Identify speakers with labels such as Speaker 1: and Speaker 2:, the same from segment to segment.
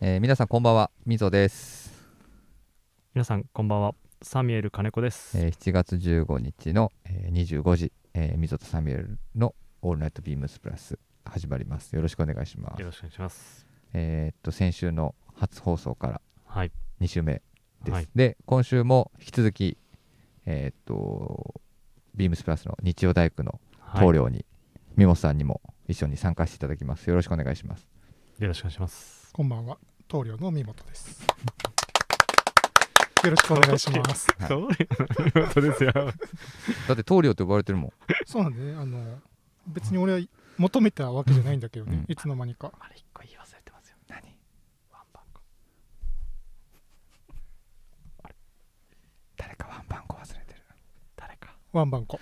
Speaker 1: えー皆さんこんばんはみぞです、
Speaker 2: 皆さんこんばんはサミュエル金子です、
Speaker 1: えー7月15日の、えー25時、えー、みぞとサミュエルの「オールナイトビームスプラス」始まりますよろしくお願いします
Speaker 2: よろしくお願いします
Speaker 1: えーっと先週の初放送から
Speaker 2: はい
Speaker 1: 2週目です、
Speaker 2: はい
Speaker 1: で今週も引き続きえーっとビームスプラスの日曜大工の
Speaker 2: はい
Speaker 1: 棟梁に、みもさんにも一緒に参加していただきますよろしくお願いします
Speaker 2: よろしくお願いします
Speaker 3: こんばんは、棟梁の三本です。よろしくお願いします。
Speaker 1: はい
Speaker 2: そう いうことですよ
Speaker 1: だって棟梁って呼ばれてるもん
Speaker 3: そうなんで、ね、あの、別に俺は求めたわけじゃないんだけどね、
Speaker 1: うん
Speaker 3: いつの間にか。
Speaker 2: あれ一個言い忘れてますよ
Speaker 1: 何
Speaker 2: ワンバンコ
Speaker 1: 誰かワンバンコ忘れてる
Speaker 2: 誰か
Speaker 3: ワンバンコ。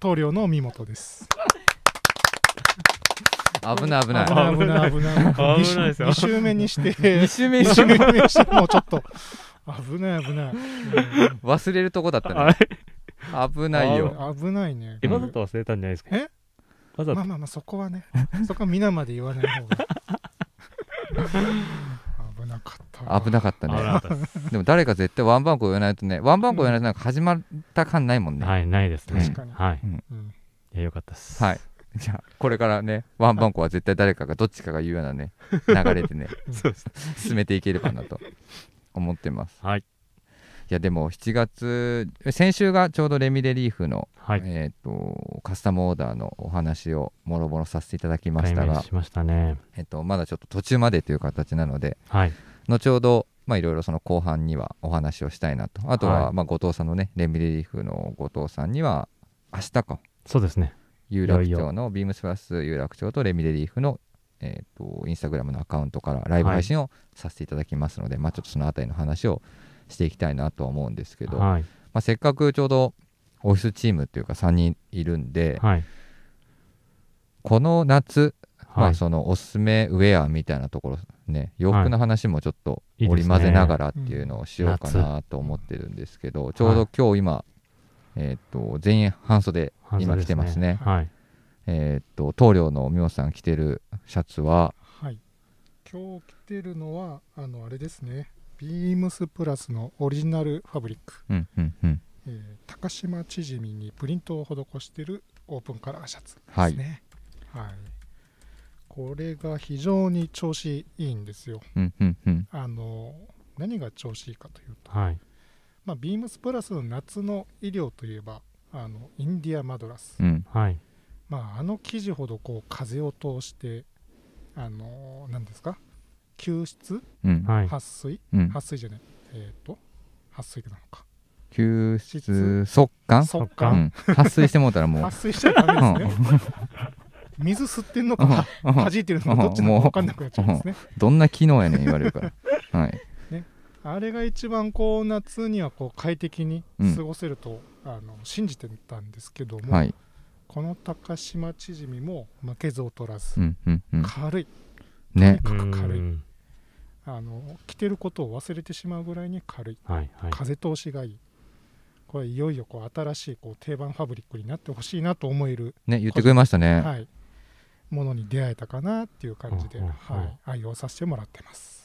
Speaker 3: 棟梁の三本です。
Speaker 1: 危ない危ない
Speaker 3: 危ない危ない危ない。
Speaker 2: 危ないですよ
Speaker 3: 2周目にして、
Speaker 1: 2
Speaker 3: 2
Speaker 1: 週目
Speaker 3: 周目にして、もうちょっと、危ない危ない。うん
Speaker 1: 忘れるとこだった
Speaker 2: あ
Speaker 1: ね
Speaker 2: れ
Speaker 1: 危ないよ
Speaker 3: 危ないね。
Speaker 2: えわざと忘れたんじゃないですか
Speaker 3: え
Speaker 2: わざ
Speaker 3: まあ
Speaker 2: と
Speaker 3: まあまあ、そこはね、そこは皆まで言わない方が。危なかった。
Speaker 1: 危なかった
Speaker 2: 危な
Speaker 1: ね
Speaker 2: かったです
Speaker 1: でも誰か絶対ワンバンコ言わないとねワンバンコ言わないとなんか始まった感ないもんね、
Speaker 2: はいないですね
Speaker 1: 確
Speaker 3: かに
Speaker 2: はい
Speaker 3: うん
Speaker 2: いやよかったです
Speaker 1: はい じゃあこれからねワンバンコは絶対誰かがどっちかが言うようなね流れでね
Speaker 2: そうです
Speaker 1: 進めていければなと思ってます
Speaker 2: はい
Speaker 1: いやでも7月先週がちょうどレミレリーフの、
Speaker 2: はい
Speaker 1: えー、とカスタムオーダーのお話をもろもろさせていただきました
Speaker 2: 解明
Speaker 1: が、
Speaker 2: しましたね
Speaker 1: えっとまだちょっと途中までという形なので
Speaker 2: はい
Speaker 1: 後ほどまあいろいろその後半にはお話をしたいなとあとは、
Speaker 2: はい
Speaker 1: まあ後藤さんのねレミレリーフの後藤さんには明日か
Speaker 2: そうですね
Speaker 1: 有楽
Speaker 2: いよい
Speaker 1: 町
Speaker 2: よ
Speaker 1: のビームスプラス有楽町とレミレリーフのえー、とインスタグラムのアカウントからライブ配信をさせていただきますので、まあちょっとそのあたりの話をしていきたいなとは思うんですけど、ま
Speaker 2: はい
Speaker 1: あ、せっかくちょうどオフィスチームっていうか3人いるんで、
Speaker 2: はい
Speaker 1: この夏ま
Speaker 2: は
Speaker 1: あ
Speaker 2: い
Speaker 1: そのおすすめウェアみたいなところね洋服の話もちょっと
Speaker 2: いいですね
Speaker 1: 織り交ぜながらっていうのをしようかなと思ってるんですけど、ちょうど今日今、えーっと全員半袖
Speaker 2: 半袖
Speaker 1: 今着てますね
Speaker 2: はい
Speaker 1: えーっと棟梁のみおさん着てるシャツは
Speaker 3: はい、今日着てるのはあのあれですねビームスプラスのオリジナルファブリック、
Speaker 1: うんうんうん
Speaker 3: えー高島縮みにプリントを施してるオープンカラーシャツで
Speaker 1: はい
Speaker 3: すね、はいこれが非常に調子いいんですよ
Speaker 1: うんうんうん
Speaker 3: あの何が調子いいかというと、
Speaker 2: はい
Speaker 3: まあ、ビームスプラスの夏の医療といえばあのインディアマドラス、
Speaker 1: うん
Speaker 2: はい
Speaker 3: まあ、あの生地ほどこう風を通してあの何ですか吸湿
Speaker 1: うん
Speaker 2: はい
Speaker 3: 撥水
Speaker 1: うん
Speaker 3: 撥水じゃないえっ、と撥水なのか
Speaker 1: 吸湿速乾
Speaker 3: 速
Speaker 1: う
Speaker 3: 乾
Speaker 1: ん撥水してもうたら もう
Speaker 3: 撥水しちゃダメですね水吸ってんのか
Speaker 1: うんうん
Speaker 3: 弾いてるのかどっちなのか分かんなくなっちゃうんですね
Speaker 1: どんな機能やねん言われるからはい
Speaker 3: あれが一番こう夏にはこう快適に過ごせると、あの信じてたんですけども、
Speaker 1: はい
Speaker 3: この高島縮みも負けず劣らず、
Speaker 1: うんうんうん
Speaker 3: 軽い
Speaker 1: ね
Speaker 3: とにかく軽い
Speaker 2: うん
Speaker 3: あの着てることを忘れてしまうぐらいに軽い
Speaker 2: はいはい
Speaker 3: 風通しがいいこれいよいよこう新しいこう定番ファブリックになってほしいなと思える、
Speaker 1: ね言ってくれましたね、
Speaker 3: はい、ものに出会えたかなっていう感じで、
Speaker 2: うんうんうん
Speaker 3: はい、愛用させてもらってます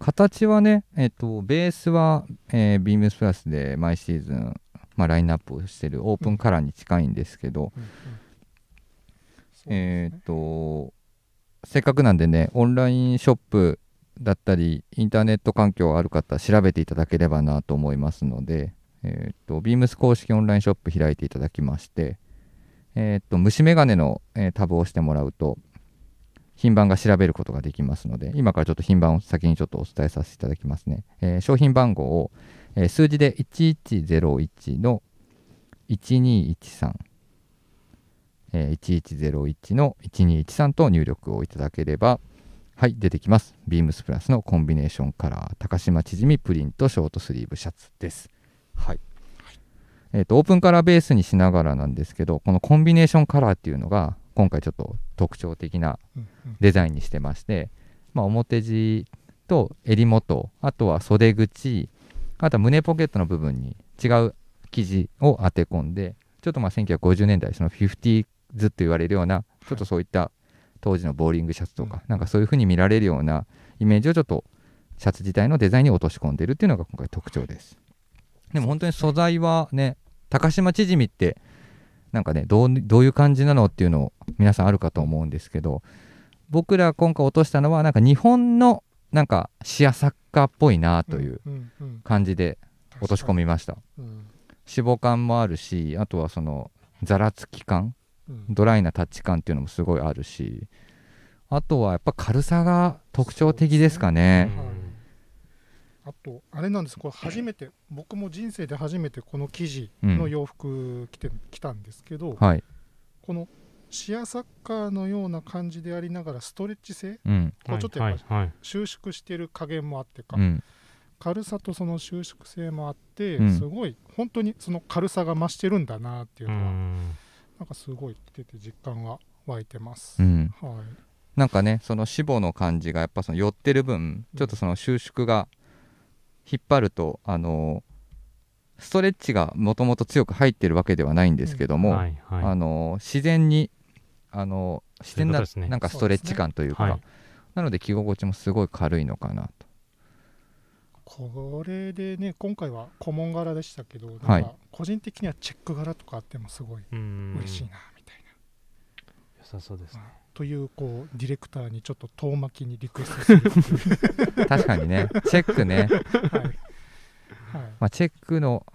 Speaker 1: 形はね、えっとベースは、えービームスプラスで毎シーズン、まあ、ラインナップをしてるオープンカラーに近いんですけど、
Speaker 3: うんうんそう
Speaker 1: えー
Speaker 3: です
Speaker 1: っ
Speaker 3: ね
Speaker 1: とせっかくなんでねオンラインショップだったりインターネット環境ある方調べていただければなと思いますので、えーっとビームス公式オンラインショップ開いていただきまして、えーっと虫眼鏡の、えータブを押してもらうと品番が調べることができますので今からちょっと品番を先にちょっとお伝えさせていただきますね、えー商品番号を、えー数字で1101の1213えー1101の1213と入力をいただければはい出てきますビームスプラスのコンビネーションカラー高島縮みプリントショートスリーブシャツですはいえーとオープンカラーベースにしながらなんですけどこのコンビネーションカラーっていうのが今回ちょっと特徴的な
Speaker 3: うんうん
Speaker 1: デザインにしてまして、まあ、表地と襟元あとは袖口あとは胸ポケットの部分に違う生地を当て込んでちょっとまあ1950年代その50ズと言われるようなちょっとそういった当時のボーリングシャツとか、なんかそういう風に見られるようなイメージをちょっとシャツ自体のデザインに落とし込んでるっていうのが今回特徴ですでも本当に素材はね高島縮みってなんかねどうどういう感じなのっていうのを皆さんあるかと思うんですけど僕ら今回落としたのはなんか日本のなんかシアサッカーっぽいなという
Speaker 3: うんうん
Speaker 1: 感じで落とし込みました
Speaker 3: うん
Speaker 1: 脂肪感もあるしあとはそのざらつき感
Speaker 3: うん
Speaker 1: ドライなタッチ感っていうのもすごいあるしあとはやっぱ軽さが特徴的ですかね
Speaker 3: うんあとあれなんですこれ初めて僕も人生で初めてこの生地の洋服着て着たんですけど、
Speaker 1: はい、
Speaker 3: このシアサッカーのような感じでありながらストレッチ性
Speaker 1: うん
Speaker 3: こうちょっとやっぱ
Speaker 2: はいはい
Speaker 3: 収縮してる加減もあってか、
Speaker 1: うん、
Speaker 3: 軽さとその収縮性もあって、
Speaker 1: うん
Speaker 3: すごい本当にその軽さが増してるんだなっていう
Speaker 2: う
Speaker 3: のは、
Speaker 2: ん
Speaker 3: なんかすごい着てて実感が湧いてます、
Speaker 1: うん、
Speaker 3: はい
Speaker 1: なんかねその脂肪の感じがやっぱその寄ってる分
Speaker 3: うん
Speaker 1: ちょっとその収縮が引っ張るとあのストレッチがもともと強く入ってるわけではないんですけども、
Speaker 2: はいはい
Speaker 1: あの自然にあの自然な,、
Speaker 2: そういうことですね
Speaker 1: なんかストレッチ感というか
Speaker 2: はい
Speaker 1: なので着心地もすごい軽いのかなと
Speaker 3: これでね今回は古文柄でしたけど、
Speaker 1: はい
Speaker 3: なんか個人的にはチェック柄とかあってもすごい
Speaker 2: うん
Speaker 3: 嬉しいなみたいな、
Speaker 2: 良さそうですね
Speaker 3: というこうディレクターにちょっと遠巻きにリクエストするっていう、
Speaker 1: 確かに ねチェックね、
Speaker 3: はいはい、
Speaker 1: まあ、チェックの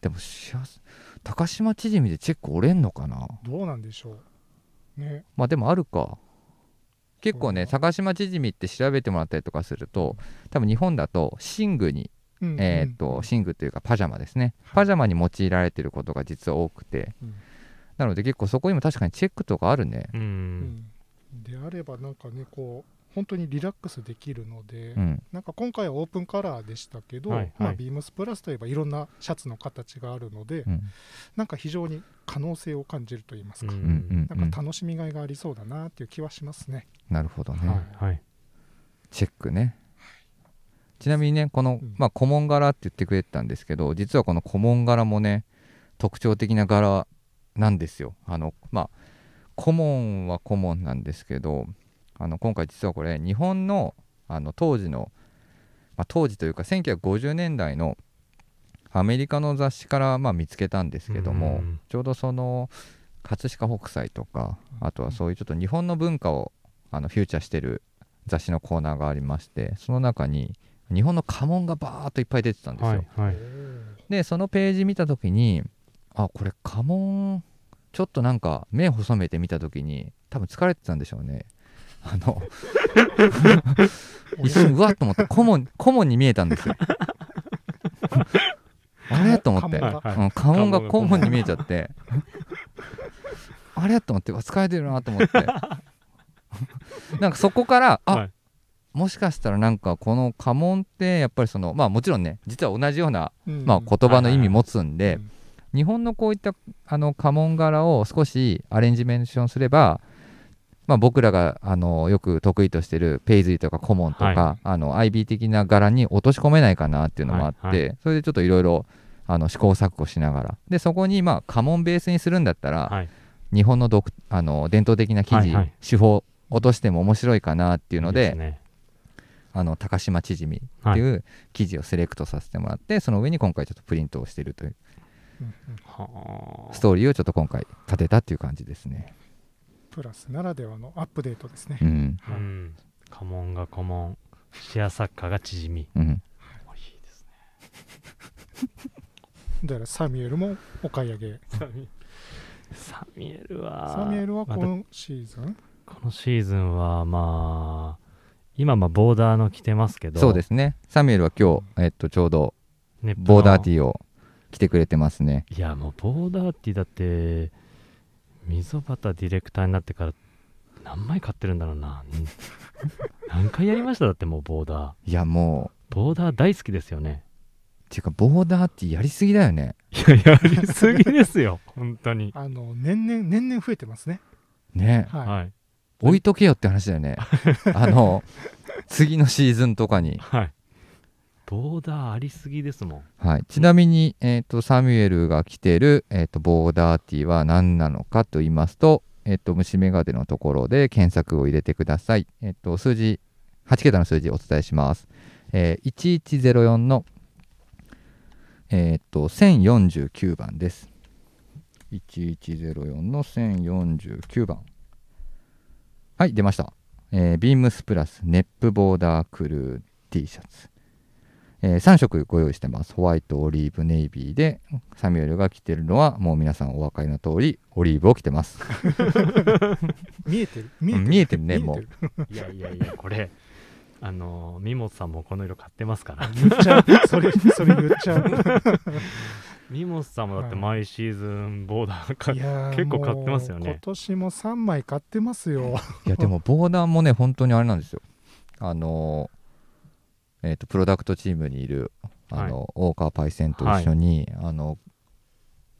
Speaker 1: でもしやす高島縮みでチェック折れんのかな
Speaker 3: どうなんでしょうね
Speaker 1: まあでもあるか結構ね
Speaker 3: そう
Speaker 1: 高島縮みって調べてもらったりとかすると多分日本だと寝具に、
Speaker 3: うんうん
Speaker 1: えーっと寝具というかパジャマですね
Speaker 3: はい
Speaker 1: パジャマに用いられてることが実は多くて、
Speaker 3: うん
Speaker 1: なので結構そこにも確かにチェックとかあるね
Speaker 2: う
Speaker 3: うんんであればなんかねこう本当にリラックスできるので、
Speaker 1: うん
Speaker 3: なんか今回はオープンカラーでしたけど、
Speaker 2: はいはい
Speaker 3: まあ、ビームスプラスといえばいろんなシャツの形があるので、
Speaker 1: うん
Speaker 3: なんか非常に可能性を感じると言いますか、
Speaker 2: う
Speaker 1: うんうんうん
Speaker 3: なんか楽しみがいがありそうだなっていう気はしますね。
Speaker 1: なるほどね、
Speaker 2: はいはい
Speaker 1: チェックねちなみにねこの
Speaker 3: うん、
Speaker 1: まあ、古文柄って言ってくれてたんですけど実はこの古文柄もね特徴的な柄なんですよあのまあ古文は古文なんですけどあの今回実はこれ日本のあの当時の、まあ、当時というか1950年代のアメリカの雑誌からまあ見つけたんですけども、
Speaker 2: うん
Speaker 1: ちょうどその葛飾北斎とかあとはそういうちょっと日本の文化をあのフューチャーしてる雑誌のコーナーがありましてその中に日本の家紋がバーっといっぱい出てたんですよ、
Speaker 2: はいはい
Speaker 1: でそのページ見た時にあこれ家紋ちょっとなんか目細めて見た時に多分疲れてたんでしょうねあ の一瞬うわっと思って顧問顧問に見えたんですよ あれと思って
Speaker 3: 家紋が
Speaker 2: はい
Speaker 1: うん、家紋が
Speaker 2: 家紋が
Speaker 1: 肛門に見えちゃってあれと思ってわ疲れてるなと思って なんかそこからあ、
Speaker 2: はい
Speaker 1: もしかしたらなんかこの家紋ってやっぱりそのまあもちろんね実は同じような、
Speaker 3: うん
Speaker 1: まあ、言葉の意味持つんで、
Speaker 3: うん
Speaker 1: 日本のこういったあの家紋柄を少しアレンジメーションすれば、まあ、僕らがあのよく得意としてるペイズリーとかコモンとか、
Speaker 2: は
Speaker 1: あの IB 的な柄に落とし込めないかなっていうのもあって、
Speaker 2: はい
Speaker 1: それでちょっといろいろあの試行錯誤しながらでそこにまあ家紋ベースにするんだったら、
Speaker 2: はい
Speaker 1: 日本の独あの伝統的な生地、
Speaker 2: はいはい
Speaker 1: 手法落としても面白いかなっていうので
Speaker 2: すね
Speaker 1: あの高島縮みっていう生地をセレクトさせてもらって、その上に今回ちょっとプリントをしてるという
Speaker 3: うんうん
Speaker 2: はあ
Speaker 1: ストーリーをちょっと今回立てたっていう感じですね。
Speaker 3: プラスならではのアップデートですね
Speaker 1: う。ん、
Speaker 2: う
Speaker 3: はい
Speaker 2: ん家紋が家紋シェアサッカーが縮み
Speaker 1: うん、
Speaker 2: おいいです
Speaker 3: だからサミュエルもお買い上げ。
Speaker 2: ねサミエルは
Speaker 3: サミュエルは
Speaker 2: また
Speaker 3: 今シーズン、
Speaker 2: このシーズンはまあ今まあボーダーの着てますけど
Speaker 1: そうですね。サミュエルは今日、えっと、ちょうど
Speaker 2: ネットの
Speaker 1: ボーダーティーを着てくれてますね。
Speaker 2: いやもうボーダーティーだって溝端ディレクターになってから何枚買ってるんだろうな 何回やりましただってもうボーダ
Speaker 1: いや、も
Speaker 2: ーボーダー大好きですよね
Speaker 1: う、ていうか、ボーダーティーやりすぎだよね。
Speaker 2: いややりすぎですよ 本当に
Speaker 3: あの年々年々増えてますね。
Speaker 1: ね、
Speaker 3: はい。
Speaker 2: はい
Speaker 1: 置いとけよって話だよね。あの、次のシーズンとかに。
Speaker 2: はいボーダーありすぎですもん
Speaker 1: はい、ちなみに、えっとサミュエルが着てる、えっとボーダーティーは何なのかと言いますと、えっと、虫眼鏡のところで検索を入れてください。えっと、数字、8桁の数字お伝えします。えー、1104の、えっと、1049番です。1104の1049番。はい、出ました。えービームスプラスネップボーダークルー T シャツ。え3色ご用意してます。ホワイト、オリーブ、ネイビーで、サミュエルが着てるのは、もう皆さんお分かりの通り、オリーブを着てます。
Speaker 3: 見えてる
Speaker 1: う
Speaker 3: 見えて
Speaker 1: ん
Speaker 3: る
Speaker 1: 見えてるね、も
Speaker 3: 見え
Speaker 1: う
Speaker 3: て。る
Speaker 2: いやいやいや、これ、あの、ミモさんもこの色買ってますから。
Speaker 3: 言っちゃうそれそれ言っちゃう
Speaker 2: ミモさんもだって
Speaker 3: はい
Speaker 2: 毎シーズンボーダー買
Speaker 3: い
Speaker 2: っ
Speaker 3: やー
Speaker 2: 結構買ってますよね
Speaker 3: もう今年も3枚買ってますよ
Speaker 1: いや、でもボーダーもね、本当にあれなんですよ。あのー、えっ、と、プロダクトチームにいる、あの、大川パイセンと一緒に、あの、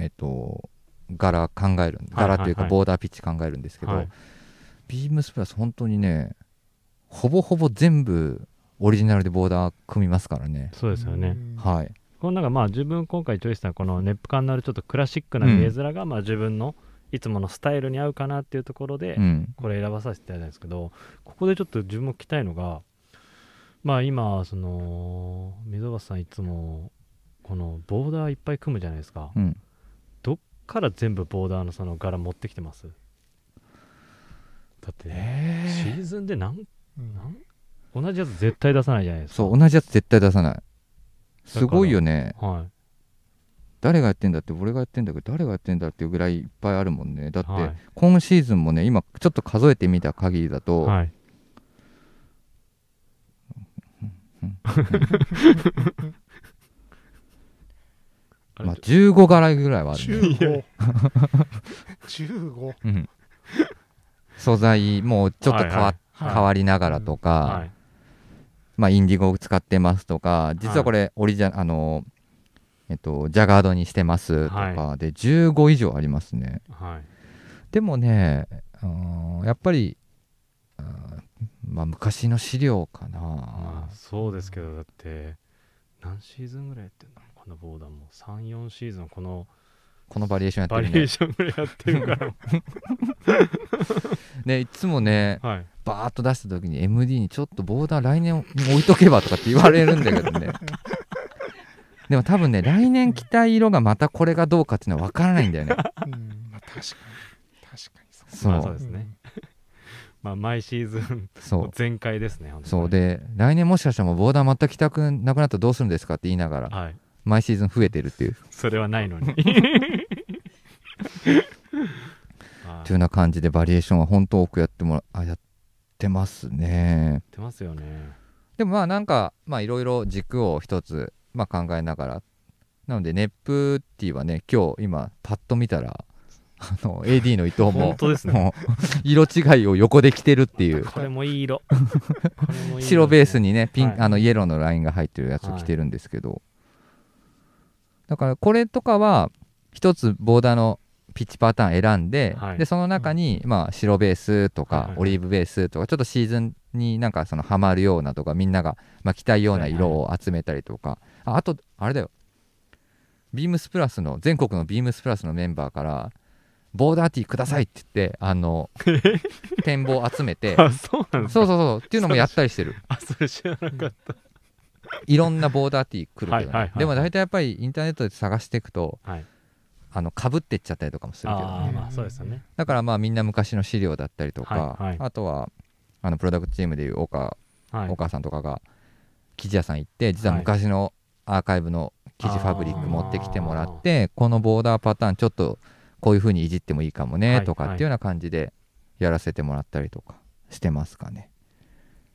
Speaker 1: えっ、と、柄考えるん、
Speaker 2: はいはい
Speaker 1: 柄というか、
Speaker 2: はい
Speaker 1: ボーダーピッチ考えるんですけど、
Speaker 2: はい
Speaker 1: ビームスプラス、本当にね、ほぼほぼ全部、オリジナルでボーダー組みますからね。
Speaker 2: そうですよね。
Speaker 3: うん
Speaker 1: はい。
Speaker 2: このなんかまあ自分今回チョイスしたこのネップ感のあるちょっとクラシックな
Speaker 1: うん
Speaker 2: 絵面がまあ自分のいつものスタイルに合うかなっていうところで
Speaker 1: うん。
Speaker 2: これ選ばさせていただいたんですけどここでちょっと自分も聞きたいのがまあ今その溝端さんいつもこのボーダーいっぱい組むじゃないですか
Speaker 1: うん。
Speaker 2: から全部ボーダーのその柄持ってきてますだってねシーズンでなん
Speaker 3: うん
Speaker 2: なん同じやつ絶対出さないじゃないですか
Speaker 1: そう、同じやつ絶対出さない。すごいよね。
Speaker 2: は
Speaker 1: 誰がやってんだって俺がやってんだけど誰がやってんだっていうぐらいいっぱいあるもんねだって、
Speaker 2: はい
Speaker 1: 今シーズンもね今ちょっと数えてみた限りだ
Speaker 2: い
Speaker 1: と、
Speaker 2: はいあ れ
Speaker 1: まあ、15柄ぐらいはある、ね
Speaker 3: 15 15
Speaker 1: うん、素材もうちょっと変わ,、
Speaker 3: はい
Speaker 1: 変わりながらとか、
Speaker 2: はい
Speaker 1: まあ、インディゴを使ってますとか実はこれオリジナルあのえっとジャガードにしてますとかで15以上ありますね、
Speaker 2: はい
Speaker 1: でもね、うんやっぱり、うんまあ、昔の資料かな
Speaker 2: まあ、そうですけどだって何シーズンぐらいやってんのこのボーダーも34シーズンこの
Speaker 1: このバリエーション
Speaker 2: バ
Speaker 1: やっ
Speaker 2: リ
Speaker 1: て
Speaker 2: エ
Speaker 1: る
Speaker 2: ーションぐらいやってるから
Speaker 1: ねねいつもね
Speaker 2: はい
Speaker 1: バーッと出した時に MD にちょっとボーダー来年に置いとけばとかって言われるんだけど ねでも多分ね来年着たい色がまたこれがどうかっていうのは分からないんだよね
Speaker 3: うんまあ確かに確かにそ
Speaker 1: そ
Speaker 3: う
Speaker 1: う,、
Speaker 2: まあそう
Speaker 3: で
Speaker 2: ですす
Speaker 3: ね
Speaker 2: ね、まあ毎シーズン
Speaker 1: そ
Speaker 2: もう
Speaker 1: う
Speaker 2: 全開ですね本当に
Speaker 1: そうで来年もしかしたらもうボーダー全く着たくなくなったらどうするんですかって言いながら
Speaker 2: はい
Speaker 1: 毎シーズン増えてるっていう
Speaker 2: それはな いのにはい
Speaker 1: というような感じでバリエーションは本当多くやってもらあやってますね
Speaker 2: やってますよね
Speaker 1: でもまあなんかまあいろいろ軸を一つまあ考えながらなのでネップティはね今日今パッと見たらあの AD の伊藤
Speaker 2: 本
Speaker 1: も
Speaker 2: 当ですね
Speaker 1: もう色違いを横で着てるっていう
Speaker 2: これもい い色これもいい色
Speaker 1: 白ベースにねピン、
Speaker 2: はい
Speaker 1: あのイエローのラインが入ってるやつを着てるんですけど、だからこれとかは一つボーダーのピッチパターン選んで、
Speaker 2: はい
Speaker 1: でその中に、まあ、白ベースと
Speaker 2: はい
Speaker 1: か
Speaker 2: はい
Speaker 1: オリーブベースとかちょっとシーズンになんかそのハマるようなとかみんなが、まあ、着たいような色を集めたりとか、ああとあれだよビームスプラスの全国のビームスプラスのメンバーからボーダーティーくださいって言ってあ の展望集めて
Speaker 2: あ そうなんです
Speaker 1: そうそうそうっていうのもやったりしてる
Speaker 2: あそれ知らなかった
Speaker 1: いろんなボーダーティー来るけどね、
Speaker 2: はいはいはい
Speaker 1: でも大体やっぱりインターネットで探していくと
Speaker 2: はい
Speaker 1: あの被ってっちゃったりとかもするけど、
Speaker 2: あ
Speaker 1: ね、
Speaker 2: ーまあそうですよね
Speaker 1: だからまあみんな昔の資料だったりとか、
Speaker 2: はいはい
Speaker 1: あとはあのプロダクトチームでいう岡,、
Speaker 2: はい
Speaker 1: 岡さんとかが生地屋さん行って実は昔のアーカイブの生地ファブリック持ってきてもらってこのボーダーパターンちょっとこういう風にいじってもいいかも
Speaker 2: はい
Speaker 1: ね
Speaker 2: はい
Speaker 1: とかっていうような感じでやらせてもらったりとかしてますかね。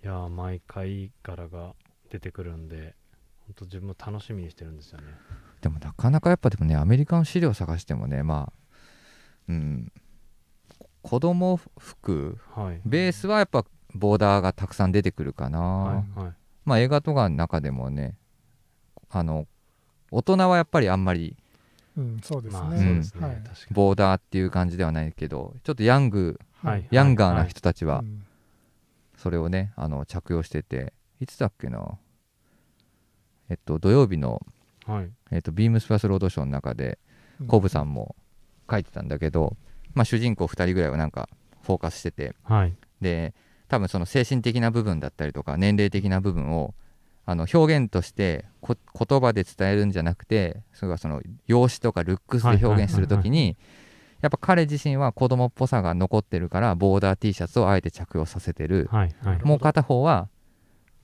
Speaker 2: いやー毎回柄が出てくるんで本当自分も楽しみにしてるんですよね
Speaker 1: でもなかなかやっぱでもねアメリカの資料探してもねまあうんこ子供服
Speaker 2: はい
Speaker 1: ベースはやっぱボーダーがたくさん出てくるかな、
Speaker 2: はいはい
Speaker 1: まあ映画とかの中でもねあの大人はやっぱりあんまり
Speaker 3: うんそうです
Speaker 2: まあそう
Speaker 1: う
Speaker 3: ね
Speaker 1: ん
Speaker 2: ですね、
Speaker 3: はい
Speaker 2: 確かに
Speaker 1: ボーダーっていう感じではないけどちょっとヤング
Speaker 2: はい
Speaker 1: ヤンガーな人たち
Speaker 3: は
Speaker 1: はい
Speaker 3: うん
Speaker 1: それをねあの着用してていつだっけなえっと土曜日の、
Speaker 2: はい
Speaker 1: えっと、ビームスプラスロードショーの中で
Speaker 3: うん
Speaker 1: コブさんも書いてたんだけど、まあ、主人公2人ぐらいはなんかフォーカスしてて
Speaker 2: はい。
Speaker 1: で多分その精神的な部分だったりとか年齢的な部分をあの表現としてこ言葉で伝えるんじゃなくてそれはその容姿とかルックスで表現する時にやっぱ彼自身は子供っぽさが残ってるからボーダー T シャツをあえて着用させてる
Speaker 2: はい。はい。
Speaker 1: もう片方は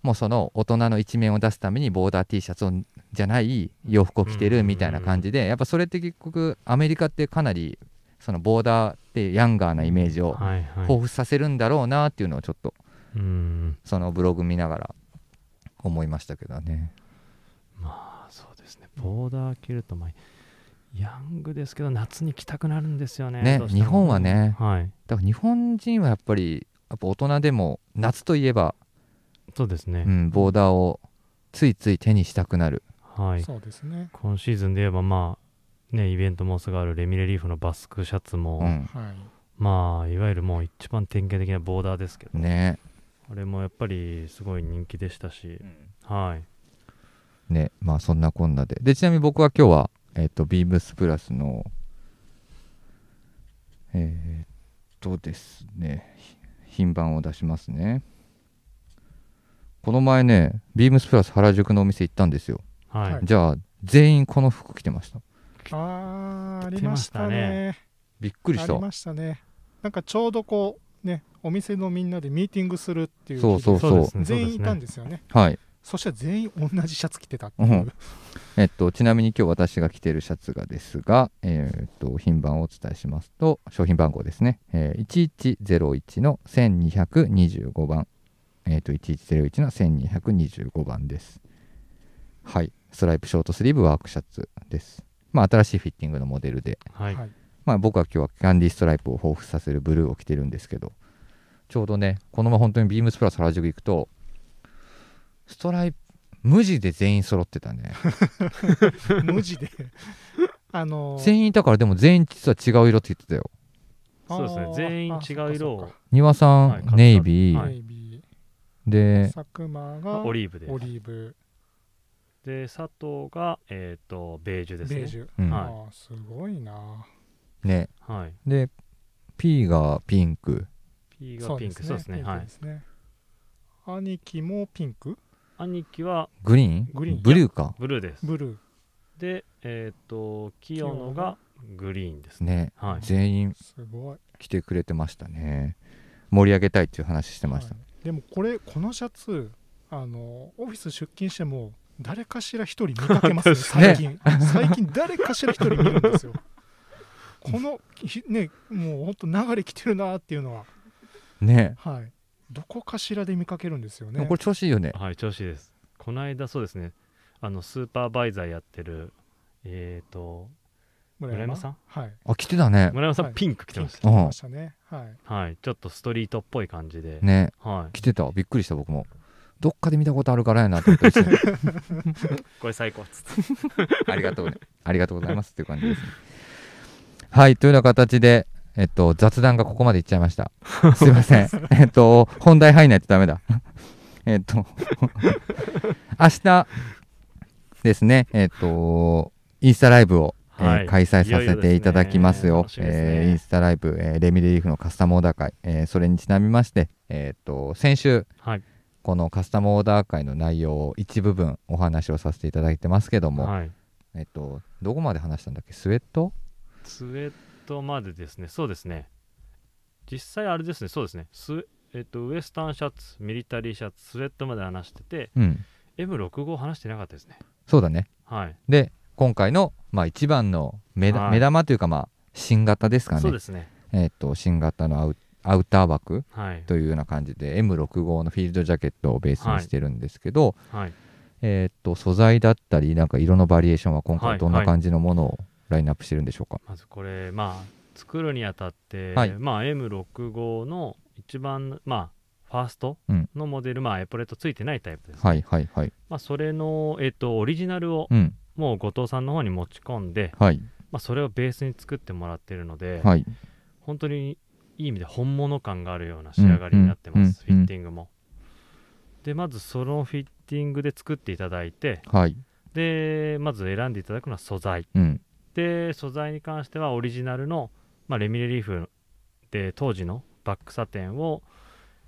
Speaker 1: もうその大人の一面を出すためにボーダー T シャツをじゃない洋服を着てるみたいな感じでやっぱそれって結局アメリカってかなりそのボーダーってヤンガーなイメージを
Speaker 2: はい。はい。
Speaker 1: 彷彿させるんだろうなっていうのをちょっと
Speaker 2: うーん。
Speaker 1: そのブログ見ながら思いましたけどね。
Speaker 2: まあ、そうですね。ボーダー着ると、まあ、ヤングですけど、夏に着たくなるんですよね。
Speaker 1: ね
Speaker 2: どうしても
Speaker 1: 日本はね
Speaker 2: はい。
Speaker 1: だから日本人はやっぱりやっぱ大人でも夏といえば、
Speaker 2: そうですね
Speaker 1: う。ん、ボーダーをついつい手にしたくなる。
Speaker 2: はい。
Speaker 3: そうですね。
Speaker 2: 今シーズンで言えば、まあ、ね、イベントもすぐあるレミレリーフのバスクシャツも、
Speaker 1: うん、
Speaker 3: はい。
Speaker 2: まあ、いわゆるもう一番典型的なボーダーですけど、
Speaker 1: ね
Speaker 2: あれもやっぱりすごい人気でしたし、はい。
Speaker 1: ねまあそんなこんなででちなみに僕は今日は、えっとビームスプラスのえーっとですねひ品番を出しますねこの前ねビームスプラス原宿のお店行ったんですよ
Speaker 2: はい。
Speaker 3: はい
Speaker 1: じゃあ全員この服着てました
Speaker 3: あー
Speaker 2: 来
Speaker 3: あり
Speaker 2: てま
Speaker 3: ま
Speaker 2: し
Speaker 3: したた
Speaker 2: ね
Speaker 3: ね。
Speaker 1: びっくりし
Speaker 3: あ
Speaker 1: た
Speaker 3: りましたね。なんかちょうどこう、ね、お店のみんなでミーティングするっていう日で、
Speaker 1: そうそう
Speaker 2: そうですね。
Speaker 3: 全員いたん
Speaker 2: で
Speaker 3: ですよね。
Speaker 1: はい
Speaker 3: そしたら全員同じシャツ着てたって
Speaker 1: う
Speaker 3: い
Speaker 1: ん
Speaker 3: う。
Speaker 1: えっとちなみに今日私が着てるシャツがですが、えーっと品番をお伝えしますと商品番号ですね、えー1101の1225番えーっと1101の1225番ですはいストライプショートスリーブワークシャツですまあ新しいフィッティングのモデルで、
Speaker 2: す。はい。
Speaker 3: はい
Speaker 1: まあ、僕は今日はキャンディーストライプを彷彿させるブルーを着てるんですけどちょうどねこのまま本当にビームスプラス原宿行くとストライプ無地で全員揃ってたね
Speaker 3: 無地で。あのー
Speaker 1: 全員いたからでも全員実は違う色って言ってたよ
Speaker 2: そうですね。全員違う色を、
Speaker 1: 庭さん、
Speaker 2: はい
Speaker 1: ネイビー、
Speaker 2: はい
Speaker 3: ネイビー
Speaker 1: で
Speaker 3: 佐久間
Speaker 2: まあ
Speaker 3: が
Speaker 2: オ
Speaker 3: オリ
Speaker 2: リーブで。
Speaker 3: ーブ、
Speaker 2: で、佐藤が、えっ、と、ベージュ
Speaker 3: ベ
Speaker 2: ですね。
Speaker 3: ージュ。
Speaker 1: うん
Speaker 2: はい
Speaker 3: ああ、すごいな。
Speaker 1: ね
Speaker 2: はい。
Speaker 1: で P がピンク
Speaker 2: P がピンク。そうですね。
Speaker 3: ピン
Speaker 2: は
Speaker 3: ク
Speaker 2: い
Speaker 3: で。すね兄貴もピンク
Speaker 2: 兄貴は
Speaker 1: グリーン
Speaker 3: グリーン
Speaker 1: ブルーか
Speaker 2: ブルーです。
Speaker 3: ブルー。
Speaker 2: で、えっ、と、清野がグリーンですね。
Speaker 1: ね、
Speaker 2: はい。
Speaker 1: 全員
Speaker 3: すごい。
Speaker 1: 来てくれてましたね盛り上げたいっていう話してました、
Speaker 3: はいでもこれ、このシャツ、あのオフィス出勤しても、誰かしら一人見か けますね、最近。最近、誰かしら一人見るんですよ。この、ひね、もう本当、流れ来てるなっていうのは、
Speaker 1: ね
Speaker 3: はい、どこかしらで見かけるんですよ
Speaker 1: でも
Speaker 3: ね。
Speaker 1: これ調子いいよね
Speaker 2: はい、調子いいです。この間、そうですね、あのスーパーバイザーやってる、えっ、と、村山さん
Speaker 3: はい。
Speaker 1: あ来てたね
Speaker 2: 村山さん、
Speaker 3: はい
Speaker 2: ピンク着てまし
Speaker 1: う
Speaker 2: た。
Speaker 3: 来
Speaker 1: ん
Speaker 3: ましたね。はい。
Speaker 2: はい、ちょっとストリートっぽい感じで、
Speaker 1: ね
Speaker 2: はい、
Speaker 1: 来てたびっくりした僕もどっかで見たことあるからやなと思って
Speaker 2: これ最高っつって。
Speaker 1: ありがとうねありがとうございますっていう感じですねはいというような形でえっと雑談がここまでいっちゃいましたすいませ んえっと本題入んないとダメだ えっと明日ですねえっとインスタライブをえー
Speaker 2: はい
Speaker 1: 開催させていただきますよ。
Speaker 2: いよいよですね楽しみですね
Speaker 1: えーインスタライブ、えーレミレリーフのカスタムオーダー会、えーそれにちなみまして、えっと先週、
Speaker 2: はい、
Speaker 1: このカスタムオーダー会の内容を一部分お話をさせていただいてますけども、
Speaker 2: はい、
Speaker 1: えっと、どこまで話したんだっけスウェット
Speaker 2: スウェットまでですね、そうですね、実際あれですね、そうですね、スえっと、ウエスタンシャツ、ミリタリーシャツ、スウェットまで話してて、
Speaker 1: うん。
Speaker 2: M65 話してなかったですね。
Speaker 1: そうだね。
Speaker 2: はい、
Speaker 1: で、今回の、まあ、一番の目だ
Speaker 2: はい
Speaker 1: 目玉というか、まあ、新型ですか
Speaker 2: そう
Speaker 1: ね
Speaker 2: で。すね、
Speaker 1: えっと、新型のアウアウター枠
Speaker 2: はい、
Speaker 1: というような感じで、M65 のフィールドジャケットをベースにしてるんですけど、
Speaker 2: はい、
Speaker 1: えっと、素材だったり、なんか色のバリエーションは今
Speaker 2: は
Speaker 1: 回
Speaker 2: い
Speaker 1: どんな感じのものをラインナップしてるんでしょうか。
Speaker 2: まずこれ、まあ、作るにあたって、
Speaker 1: はい
Speaker 2: まあ、M65 の一番、まあ、ファースト
Speaker 1: うん
Speaker 2: のモデル、まあ、エポレットついてないタイプです、
Speaker 1: はい、はい、はい。
Speaker 2: まあ、それの、えっとオリジナルを
Speaker 1: うん。
Speaker 2: もう後藤さんの方に持ち込んで、
Speaker 1: はい、
Speaker 2: まあ、それをベースに作ってもらってるので、
Speaker 1: はい。
Speaker 2: 本当にいい意味で本物感があるような仕上がりになってます、
Speaker 1: うんうんうん
Speaker 2: フィッティングも。でまずそのフィッティングで作っていただいて
Speaker 1: はい。
Speaker 2: でまず選んでいただくのは素材
Speaker 1: うん。
Speaker 2: で素材に関してはオリジナルのまあ、レミレリーフで当時のバックサテンを、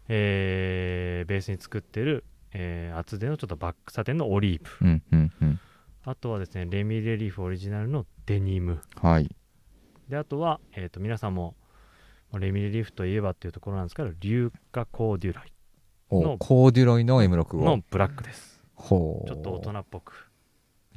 Speaker 2: えーベースに作ってる、えー厚手のちょっとバックサテンのオリーブ
Speaker 1: うんうんうん
Speaker 2: あとはですねレミレリーフオリジナルのデニム
Speaker 1: はい
Speaker 2: であとは、えー、と皆さんもまあレミレリーフといえばっていうところなんですけど硫化コーデュライ
Speaker 1: お
Speaker 2: の
Speaker 1: コーデュロイの M6 を
Speaker 2: のブラックです
Speaker 1: ほう
Speaker 2: ちょっと大人っぽく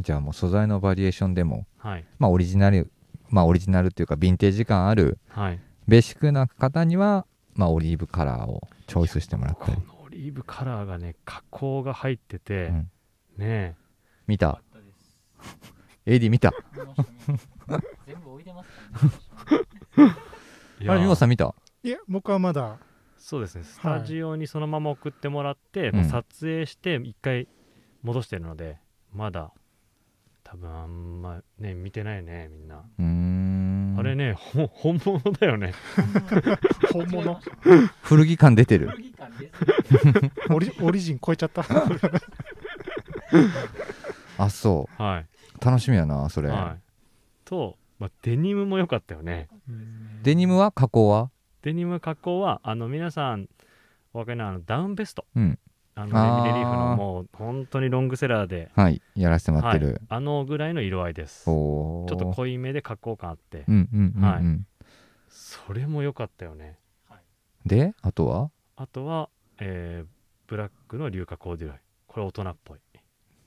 Speaker 1: じゃあもう素材のバリエーションでも
Speaker 2: はい
Speaker 1: まあオリジナルまあオリジナルっていうかヴィンテージ感ある
Speaker 2: はい
Speaker 1: ベーシックな方にはまあオリーブカラーをチョイスしてもらった
Speaker 2: こ
Speaker 1: り
Speaker 2: のオリーブカラーがね加工が入ってて、
Speaker 1: うん
Speaker 2: ね
Speaker 1: 見た AD 見た
Speaker 4: 全部置いてますからね。
Speaker 2: え
Speaker 1: あれ美穂さん見た
Speaker 3: いや僕はまだ
Speaker 2: そうですねスタジオにそのまま送ってもらって、
Speaker 1: ん
Speaker 2: もう撮影して一回戻してるのでまだ多分あんまね見てないねみんな、
Speaker 1: うーん
Speaker 2: あれねほ本物だよね
Speaker 3: 本 物
Speaker 1: 古着感出てる
Speaker 4: 古着館です。
Speaker 3: オリオリジン超えちゃった
Speaker 1: あそ
Speaker 2: は
Speaker 1: う楽しみやなそ
Speaker 2: い、
Speaker 1: れ、
Speaker 2: はい、と、まあ、デニムも良かったよね
Speaker 1: デニムは加工は
Speaker 2: デニム加工はあの皆さんお分かりのあのダウンベスト、
Speaker 1: うん
Speaker 2: あ
Speaker 1: あー
Speaker 2: のレミレリーフのもう本当にロングセラーで、
Speaker 1: はいやらせてもらっ
Speaker 2: は
Speaker 1: て
Speaker 2: い
Speaker 1: る、
Speaker 2: あのぐらいの色合いですちょ
Speaker 1: おお
Speaker 2: っと濃いめで加工感あって、
Speaker 1: うんうんうん、うん
Speaker 2: はそれも良かったよね
Speaker 1: であとは
Speaker 2: あとは、えーブラックの硫化コーデュロイこれ大人っぽい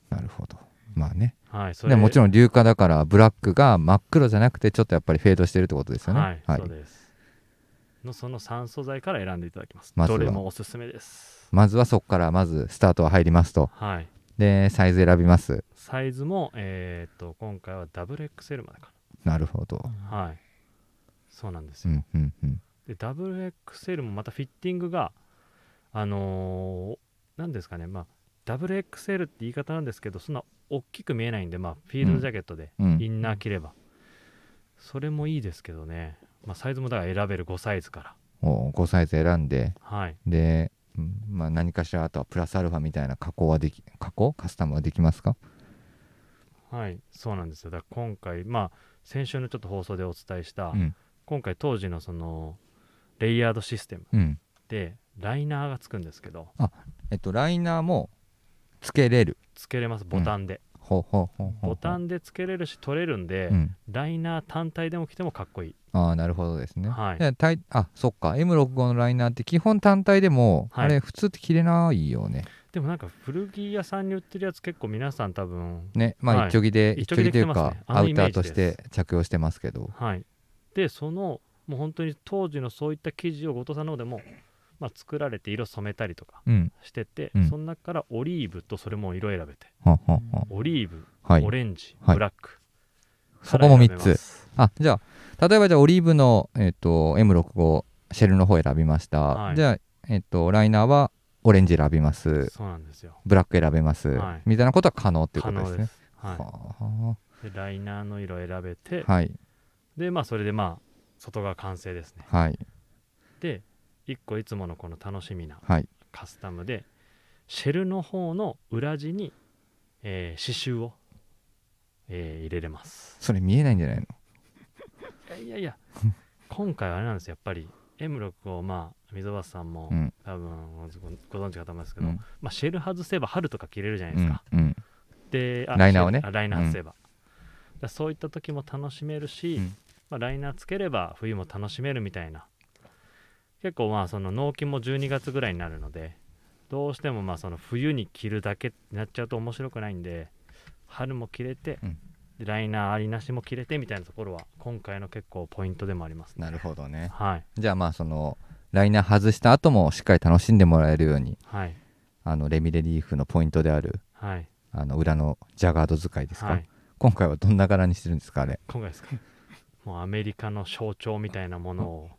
Speaker 1: なるほどまあね
Speaker 2: はいそれ
Speaker 1: でもちろん
Speaker 2: ん
Speaker 1: 硫化だからブラックが真っ黒じゃなくてちょっとやっぱりフェードしてるってことですよね
Speaker 2: はい、そうですのその3素材から選んでいただきます、
Speaker 1: まずは
Speaker 2: どれもおすすめです
Speaker 1: まずはそこからまずスタートは入りますと
Speaker 2: はい
Speaker 1: でサイズ選びます
Speaker 2: サイズもえーっと今回は WXL までか
Speaker 1: なるほど
Speaker 2: なはいそうなんです
Speaker 1: う
Speaker 2: よ、
Speaker 1: んうんうん
Speaker 2: で WXL もまたフィッティングがあのーなんですかねまあ WXL って言い方なんですけどそんな大きく見えないんでまあフィールドジャケットで
Speaker 1: うん
Speaker 2: インナー着れば、それもいいですけどね、まあ、サイズもだから選べる5サイズから
Speaker 1: お5サイズ選んで
Speaker 2: はい
Speaker 1: で、うんまあ、何かしらあとはプラスアルファみたいな加工はでき加工カスタムはできますか
Speaker 2: はいそうなんですよだから今回まあ先週のちょっと放送でお伝えした、
Speaker 1: うん
Speaker 2: 今回当時のそのレイヤードシステム
Speaker 1: うん
Speaker 2: でライナーがつくんですけど
Speaker 1: えっとライナーもつけれる
Speaker 2: つけれますボタンで、
Speaker 1: ほうほうほうほうほう
Speaker 2: ボタンでつけれるし取れるんで、
Speaker 1: うん
Speaker 2: ライナー単体でも着てもかっこいい
Speaker 1: ああなるほどですね、
Speaker 2: はい
Speaker 1: でたいあそっか M65 のライナーって基本単体でも、
Speaker 2: はい
Speaker 1: あれ普通って着れないよね
Speaker 2: でもなんか古着屋さんに売ってるやつ結構皆さん多分
Speaker 1: ねまあ
Speaker 2: はい
Speaker 1: 一丁着で、
Speaker 2: 一
Speaker 1: 一
Speaker 2: 丁
Speaker 1: 丁
Speaker 2: 着
Speaker 1: 着という
Speaker 2: で着てま
Speaker 1: か
Speaker 2: すねあ
Speaker 1: アウタ
Speaker 2: の
Speaker 1: ー
Speaker 2: イメー
Speaker 1: と
Speaker 2: ジ
Speaker 1: し
Speaker 2: です
Speaker 1: て着用してますけど
Speaker 2: はい、でそのもう本当に当時のそういった生地を後藤さんの方でも、まあ、作られて色染めたりとか
Speaker 1: うん
Speaker 2: してて、
Speaker 1: うん
Speaker 2: その中からオリーブとそれも色選べて
Speaker 1: ははは
Speaker 2: オリーブ、
Speaker 1: はい
Speaker 2: オレンジ、
Speaker 1: はい
Speaker 2: ブラック
Speaker 1: そこも
Speaker 2: から選べます
Speaker 1: あじゃあ例えばじゃあオリーブの、えっと M65 シェルの方選びました、
Speaker 2: はい
Speaker 1: じゃあ、えっとライナーはオレンジ選びます
Speaker 2: そうなんですよ
Speaker 1: ブラック選べます、
Speaker 2: はい
Speaker 1: みたいなことは可能っていうこと
Speaker 2: 可
Speaker 1: です
Speaker 2: 能
Speaker 1: ね
Speaker 2: です、は、
Speaker 1: はい
Speaker 2: でライナーの色選べて、
Speaker 1: あはい
Speaker 2: でまあそれでまあ外側完成ですね
Speaker 1: はい
Speaker 2: で1個いつものこの楽しみな
Speaker 1: はい
Speaker 2: カスタムでシェルの方の裏地に、えー刺繍を、えー入れれます
Speaker 1: それ見えないんじゃないの
Speaker 2: いやいやいや今回はあれなんですよやっぱり M6 をまあ溝端さんも
Speaker 1: うん
Speaker 2: 多分ごご存知かと思いますけど、
Speaker 1: うん
Speaker 2: まあ、シェル外せば春とか着れるじゃないですか、
Speaker 1: うんうん
Speaker 2: であ
Speaker 1: ライナーをね
Speaker 2: シェルあライナー外せば、だからそういった時も楽しめるし、
Speaker 1: うん
Speaker 2: まあ、ライナーつければ冬も楽しめるみたいな結構まあその納期も12月ぐらいになるのでどうしてもまあその冬に着るだけになっちゃうと面白くないんで春も着れて、
Speaker 1: うん
Speaker 2: でライナーありなしも着れてみたいなところは今回の結構ポイントでもありますね
Speaker 1: なるほどね
Speaker 2: はい
Speaker 1: じゃあまあそのライナー外した後もしっかり楽しんでもらえるように
Speaker 2: はい
Speaker 1: あのレミレリーフのポイントである
Speaker 2: はい
Speaker 1: あの裏のジャガード使いですか、
Speaker 2: はい
Speaker 1: 今回はどんな柄にしてるんですかあれ
Speaker 2: 今回 ですかもうアメリカの象徴みたいなものを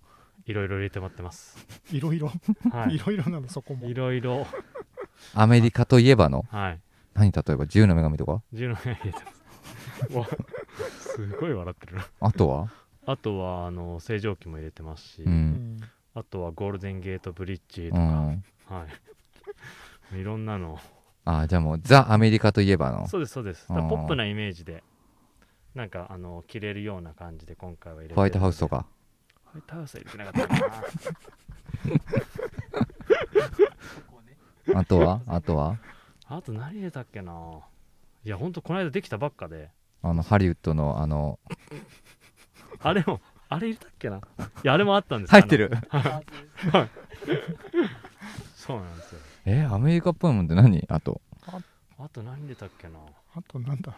Speaker 2: いろいろ入れてもらってます、
Speaker 3: いろいろ
Speaker 2: はいい、
Speaker 3: ろいろなのそこも
Speaker 2: いろいろ
Speaker 1: アメリカといえばの
Speaker 2: はい
Speaker 1: 何例えば自由の女神とか
Speaker 2: 10の部屋入れてますわすごい笑ってるな
Speaker 1: あとは、
Speaker 2: あとはあの正常期も入れてますし、
Speaker 1: う
Speaker 3: うんん
Speaker 2: あとはゴールデンゲートブリッジと
Speaker 1: う
Speaker 2: か、
Speaker 1: ん、
Speaker 2: はいい ろんなの
Speaker 1: あーじゃあもうザ・アメリカといえばの
Speaker 2: そうですそうですだからポップなイメージでなんかあの着れるような感じで今回は入れてる
Speaker 1: ホワイトハウスとか
Speaker 2: ホワイトハウスは入れてなかったな
Speaker 4: こうね
Speaker 1: あとはあとは
Speaker 2: あと何入れたっけないやほんとこの間できたばっかで
Speaker 1: あのハリウッドのあの
Speaker 2: あれもあれ入れたっけないやあれもあったんです
Speaker 1: 入ってる
Speaker 4: パーツ
Speaker 2: あのそうなんですよ
Speaker 1: えアメリカっぽいもんって何あと
Speaker 2: あと何入れたっけな
Speaker 3: あとなんだ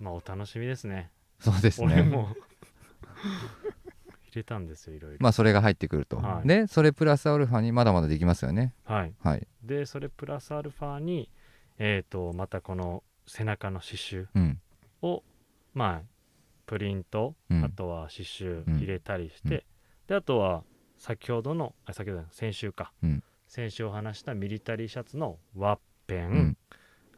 Speaker 2: まあお楽しみですね
Speaker 1: そうです
Speaker 2: 俺
Speaker 1: ね
Speaker 2: も入れたんですよいろいろ
Speaker 1: まあそれが入ってくると、
Speaker 2: はい
Speaker 1: でそれプラスアルファにまだまだできますよね
Speaker 2: はい
Speaker 1: はい
Speaker 2: でそれプラスアルファにえー、とまたこの背中の刺繍
Speaker 1: うん
Speaker 2: をまあプリント、
Speaker 1: うん
Speaker 2: あとは刺繍
Speaker 1: うん
Speaker 2: 入れたりし
Speaker 1: う
Speaker 2: て、
Speaker 1: ん
Speaker 2: であとは先ほどのあ先ほどじゃない先週か、
Speaker 1: うん
Speaker 2: 先週お話したミリタリーシャツのワッペン、
Speaker 1: うん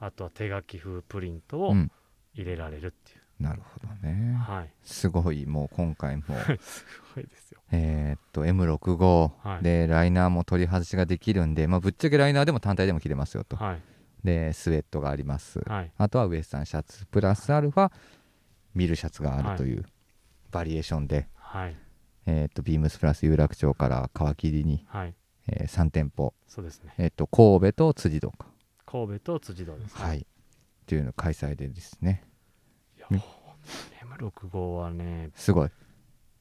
Speaker 2: あとは手書き風プリント
Speaker 1: う
Speaker 2: を
Speaker 1: ん
Speaker 2: 入れられるっていう、
Speaker 1: なるほどね
Speaker 2: はい
Speaker 1: すごいもう今 回も
Speaker 2: すごいですよ
Speaker 1: えーっと M65
Speaker 2: はい
Speaker 1: でライナーも取り外しができるんで、まあ、ぶっちゃけライナーでも単体でも着れますよと、
Speaker 2: はい
Speaker 1: でスウェットがあります、
Speaker 2: はい
Speaker 1: あとはウエスタンシャツプラスアルファミルシャツがあるというバリエーションで、
Speaker 2: はい
Speaker 1: えーっとビームスプラス有楽町から皮切りに、
Speaker 2: はい
Speaker 1: えー3店舗、
Speaker 2: そうですね
Speaker 1: えーっと神戸と辻堂か
Speaker 2: 神戸と辻堂です、
Speaker 1: はいっていうの開催でですね
Speaker 2: いや
Speaker 1: うん
Speaker 2: M65 はね
Speaker 1: すごい
Speaker 2: い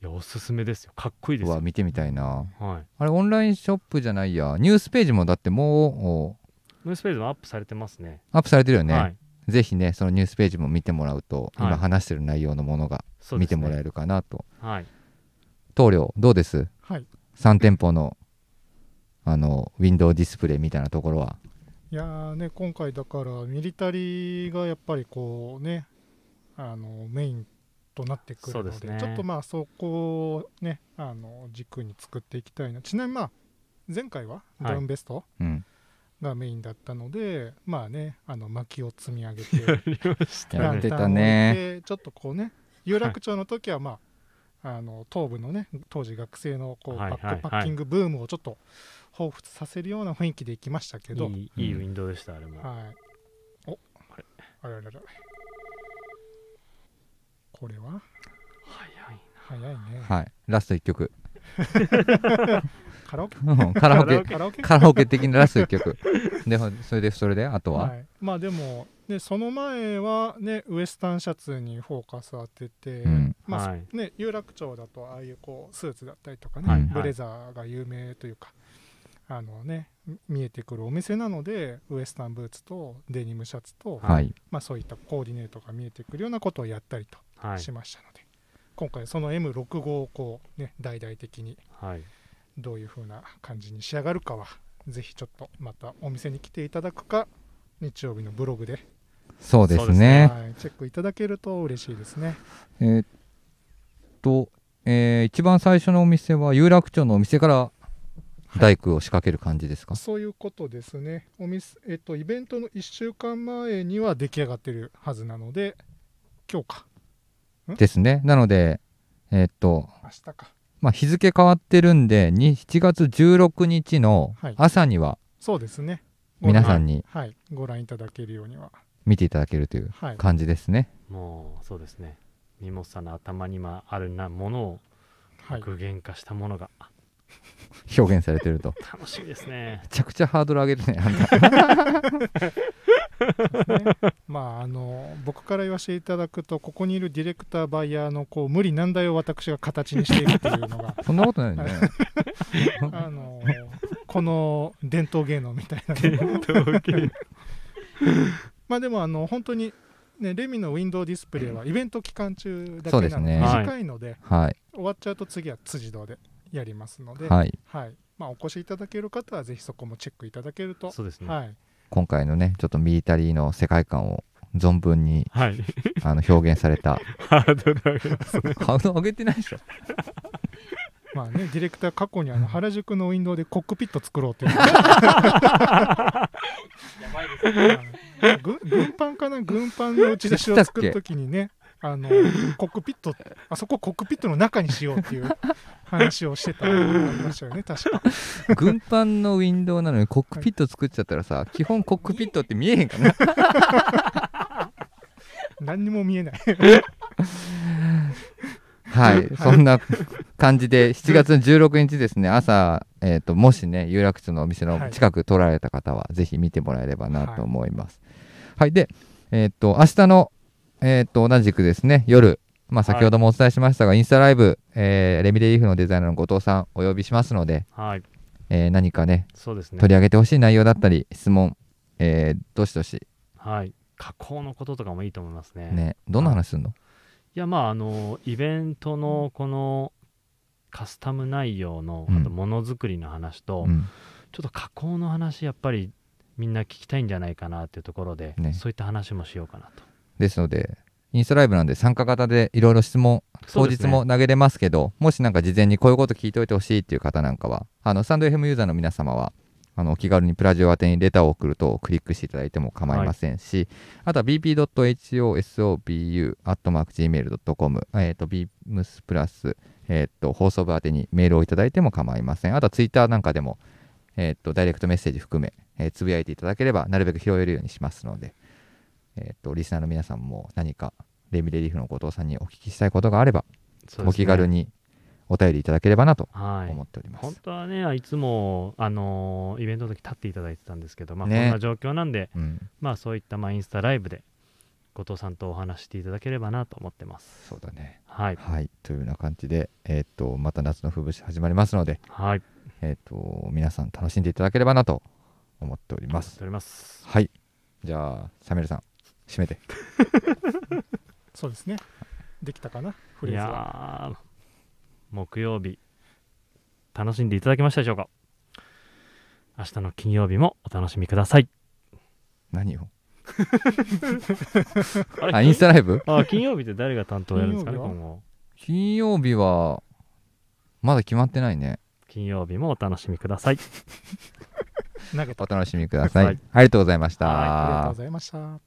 Speaker 2: やおすすめですよかっこいいです
Speaker 1: うわ
Speaker 2: よ
Speaker 1: 見てみたいな
Speaker 2: はい
Speaker 1: あれオンラインショップじゃないやニュースページもだってもうお
Speaker 2: ムースペースもアップされてますね
Speaker 1: アップされてるよね、
Speaker 2: はい
Speaker 1: ぜひねそのニュースページも見てもらうと、
Speaker 2: はい
Speaker 1: 今話してる内容のものが
Speaker 2: そうで
Speaker 1: 見
Speaker 2: す
Speaker 1: て
Speaker 2: ね
Speaker 1: もらえるかなと、
Speaker 2: はい
Speaker 1: 棟梁どうです
Speaker 3: はい
Speaker 1: 3店舗のあのウィンドウディスプレイみたいなところはい
Speaker 3: やーね今回だからミリタリーがやっぱりこうねあのメインとなってくるので
Speaker 2: そうですね
Speaker 3: ちょっとまあそこをねあの軸に作っていきたいなちなみにまあ前回は
Speaker 2: はい
Speaker 3: ダウンベスト
Speaker 1: うん
Speaker 3: がメインだったので、まあねあの薪を積み上 げて
Speaker 1: やって
Speaker 3: ラ
Speaker 1: た
Speaker 3: ンタンを
Speaker 1: ね
Speaker 3: 置いてちょっとこうね有楽町の時はまああの東部のね当時学生のこう
Speaker 2: はい
Speaker 3: バ
Speaker 2: はい
Speaker 3: ックパッキングブームをちょっと彷彿させるような雰囲気でいきましたけど、
Speaker 2: いいいいウィンドウでした、あれも。
Speaker 3: はい。お
Speaker 2: あれ
Speaker 3: あれあれあれ。これは
Speaker 2: 早い
Speaker 3: 早いね。
Speaker 1: はいラスト1曲
Speaker 3: カラオケ
Speaker 1: うんカラオケ
Speaker 3: カラオケ
Speaker 1: カラオケ的なラスト1曲でほそれでそれであとは、
Speaker 3: はい、まあでも、ね、その前は、ね、ウエスタンシャツにフォーカス当てて、
Speaker 1: うん
Speaker 3: まあ
Speaker 2: はい
Speaker 3: ね、有楽町だとああいうこうスーツだったりとかね、
Speaker 1: はい
Speaker 3: ブレザーが有名というかあの、ね、見えてくるお店なのでウエスタンブーツとデニムシャツと、
Speaker 2: はい
Speaker 1: はい
Speaker 3: まあ、そういったコーディネートが見えてくるようなことをやったりと
Speaker 2: はい
Speaker 3: しましたので、今回その M65 をこうね大々的に
Speaker 2: はい
Speaker 3: どういう風な感じに仕上がるかはぜひちょっとまたお店に来ていただくか日曜日のブログで、
Speaker 1: そうです
Speaker 2: そうです
Speaker 1: ね
Speaker 3: はいチェックいただけると嬉しいですね
Speaker 1: えーっと、えー一番最初のお店は有楽町のお店から大工を仕掛ける感じですか、
Speaker 3: そういうことですねお店、えっと、イベントの1週間前には出来上がってるはずなので今日か
Speaker 1: ですねなのでえーっと
Speaker 3: 明日か
Speaker 1: まあ日付変わってるんでに7月16日の
Speaker 3: はい
Speaker 1: 朝には
Speaker 3: そうですねご覧
Speaker 1: 皆さんに
Speaker 3: はいご覧いただけるようには
Speaker 1: 見ていただけるという
Speaker 3: はい
Speaker 1: 感じですね、
Speaker 2: もうそうですね。ミモさんの頭にまあるなもの
Speaker 3: は
Speaker 2: を
Speaker 3: い
Speaker 2: 具現化したものが、あ
Speaker 1: 表現されてると め
Speaker 2: 楽しみです ね。
Speaker 1: ちゃくちゃハードル上げるねあんた
Speaker 3: ねまああの僕から言わせていただくとここにいるディレクターバイヤーのこう無理難題を私が形にしているという のが
Speaker 1: そんなことないよね
Speaker 3: あのこの伝統芸能みたいなまあでもあの本当に、ね、レミのウィンドウディスプレイはイベント期間中だ
Speaker 1: そう
Speaker 3: け
Speaker 1: で
Speaker 3: な
Speaker 1: す
Speaker 3: の
Speaker 1: ね
Speaker 3: で短いので、
Speaker 1: はい
Speaker 3: 終わっちゃうと次は辻堂でやりますので、はい
Speaker 1: はい
Speaker 3: まあ、お越しいただける方はぜひそこもチェックいただけると、
Speaker 2: そうですね。
Speaker 3: はい、
Speaker 1: 今回のねちょっとミリタリーの世界観を存分に
Speaker 2: はい。
Speaker 1: あの表現され た
Speaker 2: ハードル上げます。
Speaker 1: ハードル上げてないでしょ
Speaker 3: まあねディレクター過去にあの原宿のウィンドウでコックピット作ろうっ ていう
Speaker 4: やばいですね
Speaker 3: はい軍軍パンかな軍パンの打ち出しを作るときにねあのコックピットあそこコックピットの中にしようっていう話をしてたのがありましたよね確か
Speaker 1: 軍パンのウィンドウなのにコックピット作っちゃったらさ、基本コックピットって見えへんか な
Speaker 3: 何にも見えない
Speaker 1: はいそんな感じで7月の16日ですね朝、えー、ともしね有楽町のお店の近く通られた方はぜひ見てもらえればなと思います。はい、で、えー、と明日の、えー、と同じくですね夜、まあ、先ほどもお伝えしましたが、インスタライブ、えーレミレリーフのデザイナーの後藤さんお呼びしますので、
Speaker 2: はい、
Speaker 1: えー何かね
Speaker 2: そうですね
Speaker 1: 取。り上げてほしい内容だったり質問、えーどしどし
Speaker 2: はい、加工のこととかもいいと思いますね。
Speaker 1: ねどんな話すんの
Speaker 2: いやまああのイベントのこのカスタム内容の
Speaker 1: うん
Speaker 2: あとものづくりの話と、
Speaker 1: うん
Speaker 2: ちょっと加工の話やっぱりみんな聞きたいんじゃないかなっていうところで、
Speaker 1: ね
Speaker 2: そういった話もしようかなと。
Speaker 1: ですのでインスタライブなんで参加型でいろいろ質問
Speaker 2: そ
Speaker 1: 当
Speaker 2: うです
Speaker 1: 日
Speaker 2: ね
Speaker 1: も投げれますけどもしなんか事前にこういうこと聞いておいてほしいっていう方なんかはあのサンド FM ユーザーの皆様はあのお気軽にプラジオ宛てにレターを送るとクリックしていただいても構いませんし、あとは bp.hosobu.gmail.com、えー、と beams プラス、えー、と放送部宛てにメールをいただいても構いませんあとはツイッターなんかでも、えー、とダイレクトメッセージ含め、えーつぶやいていただければなるべく拾えるようにしますので、えー、とリスナーの皆さんも何かレミレリーフの後藤さんにお聞きしたいことがあれば
Speaker 2: そうですね
Speaker 1: お気軽にお便りいただければなと
Speaker 2: はい
Speaker 1: 思っております。
Speaker 2: 本当はねいつもあのイベントの時立っていただいてたんですけど、まあ、こん
Speaker 1: ね
Speaker 2: な状況なんで、
Speaker 1: うん、
Speaker 2: まあそういったまあインスタライブで後藤さんとお話ししていただければなと思ってます。
Speaker 1: そうだね。
Speaker 2: はい、
Speaker 1: はい、というような感じで、えっとまた夏の風物詩始まりますので、
Speaker 2: はい、
Speaker 1: えっと皆さん楽しんでいただければなと思っておりま
Speaker 2: 待っ
Speaker 1: す
Speaker 2: て。おります。
Speaker 1: はい、じゃあサメルさん締めて。
Speaker 3: そうですねできたかなフ
Speaker 2: い
Speaker 3: レーズは
Speaker 2: やー木曜日楽しんでいただけましたでしょうか明日の金曜日もお楽しみください
Speaker 1: 何を？
Speaker 2: あれ
Speaker 1: あ、インスタライブ？
Speaker 2: あ金曜日って誰が担当やるんですかね
Speaker 3: 金曜
Speaker 1: 金曜日
Speaker 2: 今後
Speaker 3: 日は
Speaker 1: はまだ決まってないね。
Speaker 2: 金曜日もお楽しみください
Speaker 3: 投げた
Speaker 1: お楽しみください。
Speaker 2: はい
Speaker 1: ありがとうございました。
Speaker 2: はい
Speaker 3: ありがとうございました